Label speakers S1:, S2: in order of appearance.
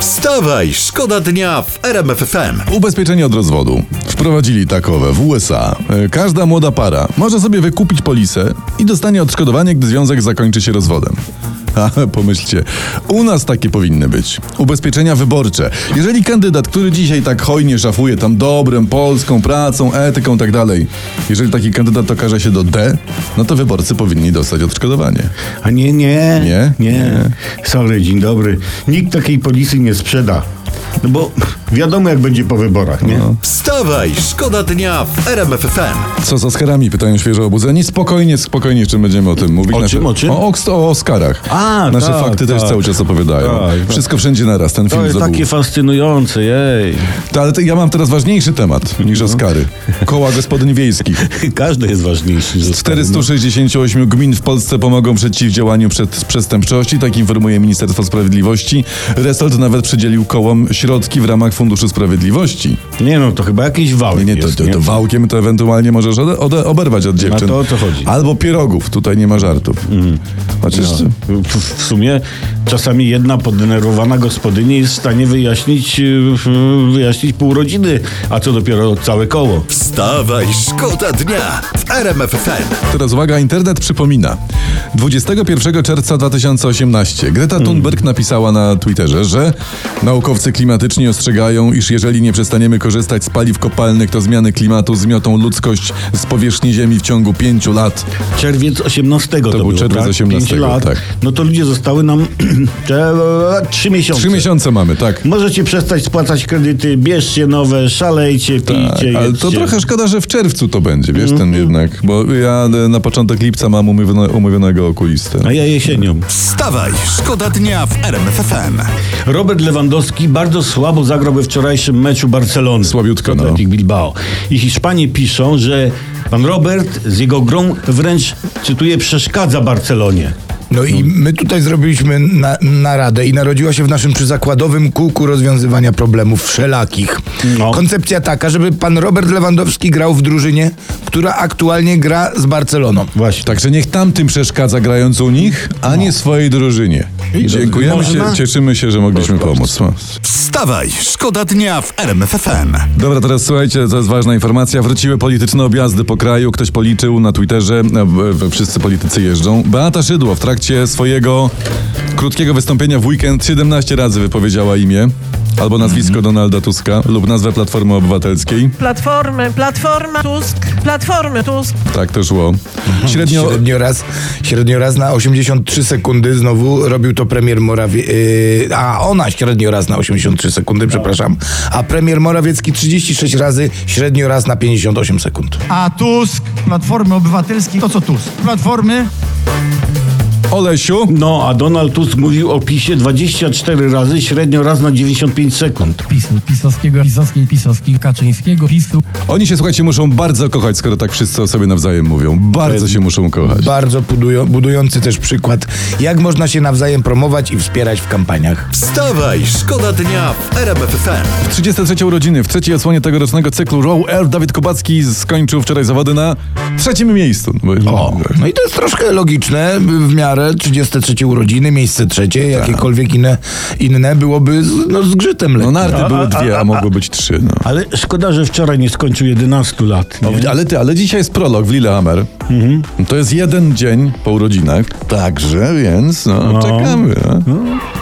S1: Wstawaj, szkoda dnia w RMF FM.
S2: Ubezpieczenie od rozwodu. Wprowadzili takowe w USA. Y, Każda młoda para może sobie wykupić polisę i dostanie odszkodowanie, gdy związek zakończy się rozwodem. A pomyślcie, u nas takie powinny być. Ubezpieczenia wyborcze. Jeżeli kandydat, który dzisiaj tak hojnie szafuje tam dobrem, polską pracą, etyką i tak dalej, jeżeli taki kandydat okaże się do D, no to wyborcy powinni dostać odszkodowanie.
S3: A nie, nie.
S2: Nie?
S3: Nie. Sorry, dzień dobry. Nikt takiej polisy nie sprzeda. No bo wiadomo, jak będzie po wyborach,
S2: No,
S3: nie?
S1: Wstawaj, szkoda dnia w RMF FM.
S2: Co z Oscarami? Pytają świeżo obudzeni. Spokojnie, spokojnie, jeszcze będziemy o tym mówić.
S3: O czym, o czym?
S2: O, Oks- o Oscarach.
S3: A,
S2: Nasze
S3: tak,
S2: fakty też
S3: tak.
S2: cały czas opowiadają.
S3: Tak, tak.
S2: Wszystko wszędzie naraz, ten film
S4: To jest
S2: zabuł.
S4: takie fascynujące, jej.
S2: To, ale to, ja mam teraz ważniejszy temat
S3: No.
S2: niż Oscary. Koła gospodyń wiejskich.
S3: Tak,
S4: Każdy jest ważniejszy. niż
S3: no.
S4: został.
S2: 468 gmin w Polsce pomogą przeciwdziałaniu przed przestępczości, tak informuje Ministerstwo Sprawiedliwości. Resort nawet przydzielił kołom środki w ramach Funduszu Sprawiedliwości.
S4: Nie no, to chyba jakiś wał
S2: tak. Nie, nie, to,
S4: jest,
S2: to, to wałkiem to ewentualnie możesz ode, ode, oberwać od dziewczyn.
S4: to o to chodzi. Mhm.
S2: Albo pierogów, tutaj nie ma żartów. Znaczy, Chociaż
S4: W, w sumie czasami jedna poddenerwowana gospodyni jest w stanie wyjaśnić, y, wyjaśnić pół rodziny, a co dopiero całe koło.
S1: Wstawaj, szkoda dnia w RMF FM.
S2: teraz uwaga, internet przypomina. 21 czerwca 2018 Greta
S4: Mhm.
S2: Thunberg napisała na Twitterze, że naukowcy klimatyczni ostrzegają, iż jeżeli nie przestaniemy korzystać z paliw kopalnych, to zmiany klimatu zmiotą ludzkość z powierzchni Ziemi w ciągu pięciu lat.
S4: Czerwiec 18 to,
S2: był
S4: było,
S2: czerwiec
S4: tak?
S2: 18,
S4: Pięć lat.
S2: tak.
S4: No to ludzie zostały nam te, trzy miesiące.
S2: Trzy miesiące mamy, tak.
S4: Możecie przestać spłacać kredyty, bierzcie nowe, szalejcie, pijcie,
S2: Tak, Ale to
S4: jedzcie.
S2: trochę szkoda, że w czerwcu to będzie, wiesz, ten jednak. Bo ja e, na początek lipca mam umówione, umówionego okulistę.
S4: A ja jesienią.
S1: Wstawaj, szkoda dnia w RMF FM.
S4: Robert Lewandowski bardzo słabo zagrał we wczorajszym meczu Barcelony.
S2: Słabiutko, no.
S4: Atletic Bilbao. I Hiszpanie piszą, że pan Robert z jego grą wręcz, cytuję, przeszkadza Barcelonie.
S5: No i my tutaj zrobiliśmy na, naradę i narodziła się w naszym przyzakładowym kółku rozwiązywania problemów wszelakich.
S4: No.
S5: Koncepcja taka, żeby pan Robert Lewandowski grał w drużynie, która aktualnie gra z Barceloną.
S4: Właśnie.
S2: Także niech tamtym przeszkadza grając u nich, a nie swojej drużynie. Dziękujemy się,
S4: Można?
S2: cieszymy się, że mogliśmy pomóc.
S1: Wstawaj, szkoda dnia w RMF FM.
S2: Dobra, teraz słuchajcie, to jest ważna informacja. Wróciły polityczne objazdy po kraju. Ktoś policzył na Twitterze, e, w- w- wszyscy politycy jeżdżą. Beata Szydło w trakcie swojego krótkiego wystąpienia w weekend 17 razy wypowiedziała imię albo nazwisko Donalda Tuska lub nazwę Platformy Obywatelskiej.
S6: Platformy, Platforma Tusk, Platformy Tusk.
S2: Tak to szło. Średnio...
S5: Średnio raz, średnio raz na 83 sekundy znowu robił to premier Morawiecki. a ona średnio raz na 83 sekundy, przepraszam. A premier Morawiecki 36 razy, średnio raz na 58 sekund.
S7: A Tusk, Platformy Obywatelskiej, to co Tusk? Platformy
S2: Olesiu,
S4: No, a Donald Tusk mówił o PiSie 24 razy, średnio raz na 95 sekund.
S8: PiSu, pisowskiego, pisowskiej, pisowskiej, Kaczyńskiego, PiSu.
S2: oni się, słuchajcie, muszą bardzo kochać, skoro tak wszyscy o sobie nawzajem mówią. Bardzo się muszą kochać.
S5: Bardzo budują, budujący też przykład, jak można się nawzajem promować i wspierać w kampaniach.
S1: Wstawaj, szkoda dnia w RMF FM.
S2: 33 urodziny w trzeciej odsłonie tegorocznego cyklu Row Air Dawid Kubacki skończył wczoraj zawody na trzecim miejscu. Bo-
S5: O, no i to jest troszkę logiczne w miarę 33 urodziny, miejsce trzecie, jakiekolwiek inne, inne byłoby z, no, z grzytem
S2: No
S5: lekkim.
S2: narty były dwie, a mogły być trzy. No.
S4: Ale szkoda, że wczoraj nie skończył 11 lat.
S2: O, ale ty, ale dzisiaj jest prolog w Lillehammer. Mhm. To jest jeden dzień po urodzinach. Także, więc no, czekamy. No.